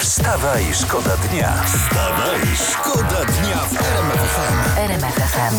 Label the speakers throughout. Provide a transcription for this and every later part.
Speaker 1: Wstawaj, szkoda dnia. Wstawaj, szkoda dnia w RMF FM.
Speaker 2: RMF FM.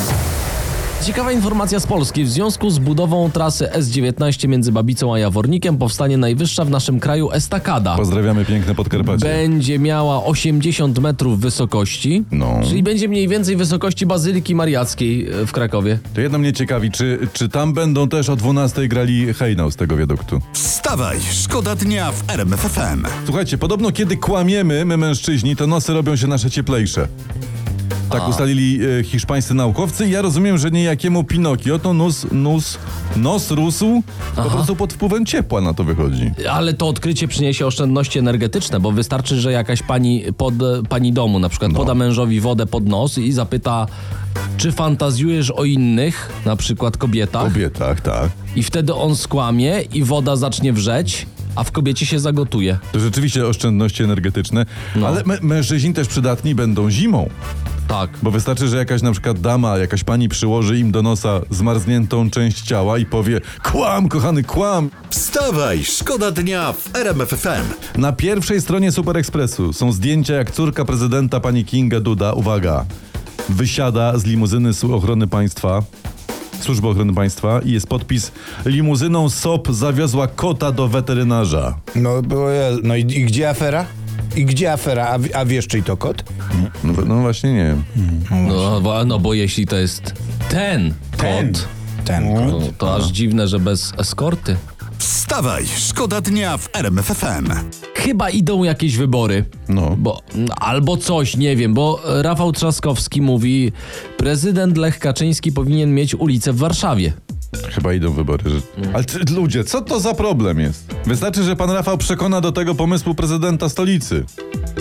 Speaker 3: Ciekawa informacja z Polski. W związku z budową trasy S19 między Babicą a Jawornikiem powstanie najwyższa w naszym kraju estakada.
Speaker 4: Pozdrawiamy piękne Podkarpacie.
Speaker 3: Będzie miała 80 metrów wysokości,
Speaker 4: No.
Speaker 3: czyli będzie mniej więcej wysokości Bazyliki Mariackiej e, w Krakowie.
Speaker 4: To jedno mnie ciekawi, czy, czy tam będą też o 12 grali hejnał z tego wiaduktu?
Speaker 1: Wstawaj, szkoda dnia w RMF FM.
Speaker 4: Słuchajcie, podobno kiedy kłamiemy, my mężczyźni, to nosy robią się nasze cieplejsze. Tak ustalili e, hiszpańscy naukowcy. Ja rozumiem, że niejakiemu Pinokio to nos, nos, nos rósł po prostu pod wpływem ciepła na to wychodzi.
Speaker 3: Ale to odkrycie przyniesie oszczędności energetyczne, bo wystarczy, że jakaś pani, pod, pani domu na przykład poda mężowi wodę pod nos i zapyta, czy fantazjujesz o innych, na przykład kobietach.
Speaker 4: Kobietach, tak.
Speaker 3: I wtedy on skłamie i woda zacznie wrzeć, a w kobiecie się zagotuje.
Speaker 4: To rzeczywiście oszczędności energetyczne, ale mę- mężczyźni też przydatni będą zimą.
Speaker 3: Tak.
Speaker 4: Bo wystarczy, że jakaś na przykład dama, jakaś pani przyłoży im do nosa zmarzniętą część ciała i powie kłam, kochany, kłam.
Speaker 1: Wstawaj, szkoda dnia w RMF FM.
Speaker 4: Na pierwszej stronie Super Expressu są zdjęcia, jak córka prezydenta pani Kinga Duda, uwaga, wysiada z limuzyny Słu- ochrony państwa, służby ochrony państwa i jest podpis limuzyną SOP zawiozła kota do weterynarza.
Speaker 5: No, było, ja- no i, i gdzie afera? I gdzie afera? A, w- a wiesz, czyj to kot?
Speaker 4: No, no właśnie nie.
Speaker 3: No, bo- no bo jeśli to jest ten kot,
Speaker 5: Ten kot.
Speaker 3: no, to aż dziwne, że bez eskorty.
Speaker 1: Wstawaj, szkoda dnia w RMF FM.
Speaker 3: Chyba idą jakieś wybory.
Speaker 4: No.
Speaker 3: Bo, albo coś, nie wiem, bo Rafał Trzaskowski mówi, prezydent Lech Kaczyński powinien mieć ulicę w Warszawie.
Speaker 4: Chyba idą wybory. Że... Ale ty, ludzie, co to za problem jest? Wystarczy, że pan Rafał przekona do tego pomysłu prezydenta stolicy.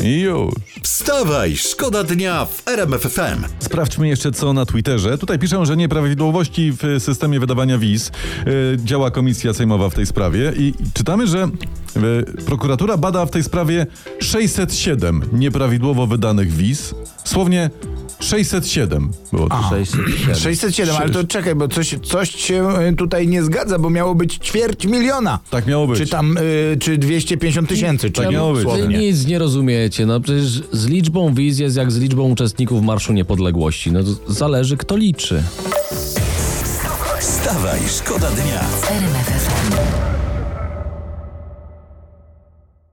Speaker 4: I już.
Speaker 1: Wstawaj, szkoda dnia w RMF FM.
Speaker 4: Sprawdźmy jeszcze co na Twitterze. Tutaj piszą, że nieprawidłowości w systemie wydawania wiz e, działa komisja sejmowa w tej sprawie i czytamy, że e, prokuratura bada w tej sprawie 607 nieprawidłowo wydanych wiz. Słownie 607 było to.
Speaker 5: 607, ale to czekaj, bo coś, coś się y, tutaj nie zgadza, bo miało być ćwierć miliona.
Speaker 4: Tak miało być.
Speaker 5: Czy tam, y, czy 250 tysięcy, czy
Speaker 4: Tak miało być.
Speaker 3: No, Wy
Speaker 5: słownie.
Speaker 3: nic nie rozumiecie, no przecież z liczbą wiz jest jak z liczbą uczestników Marszu Niepodległości. No to zależy kto liczy.
Speaker 1: Wstawaj, szkoda dnia.
Speaker 2: RMF FM.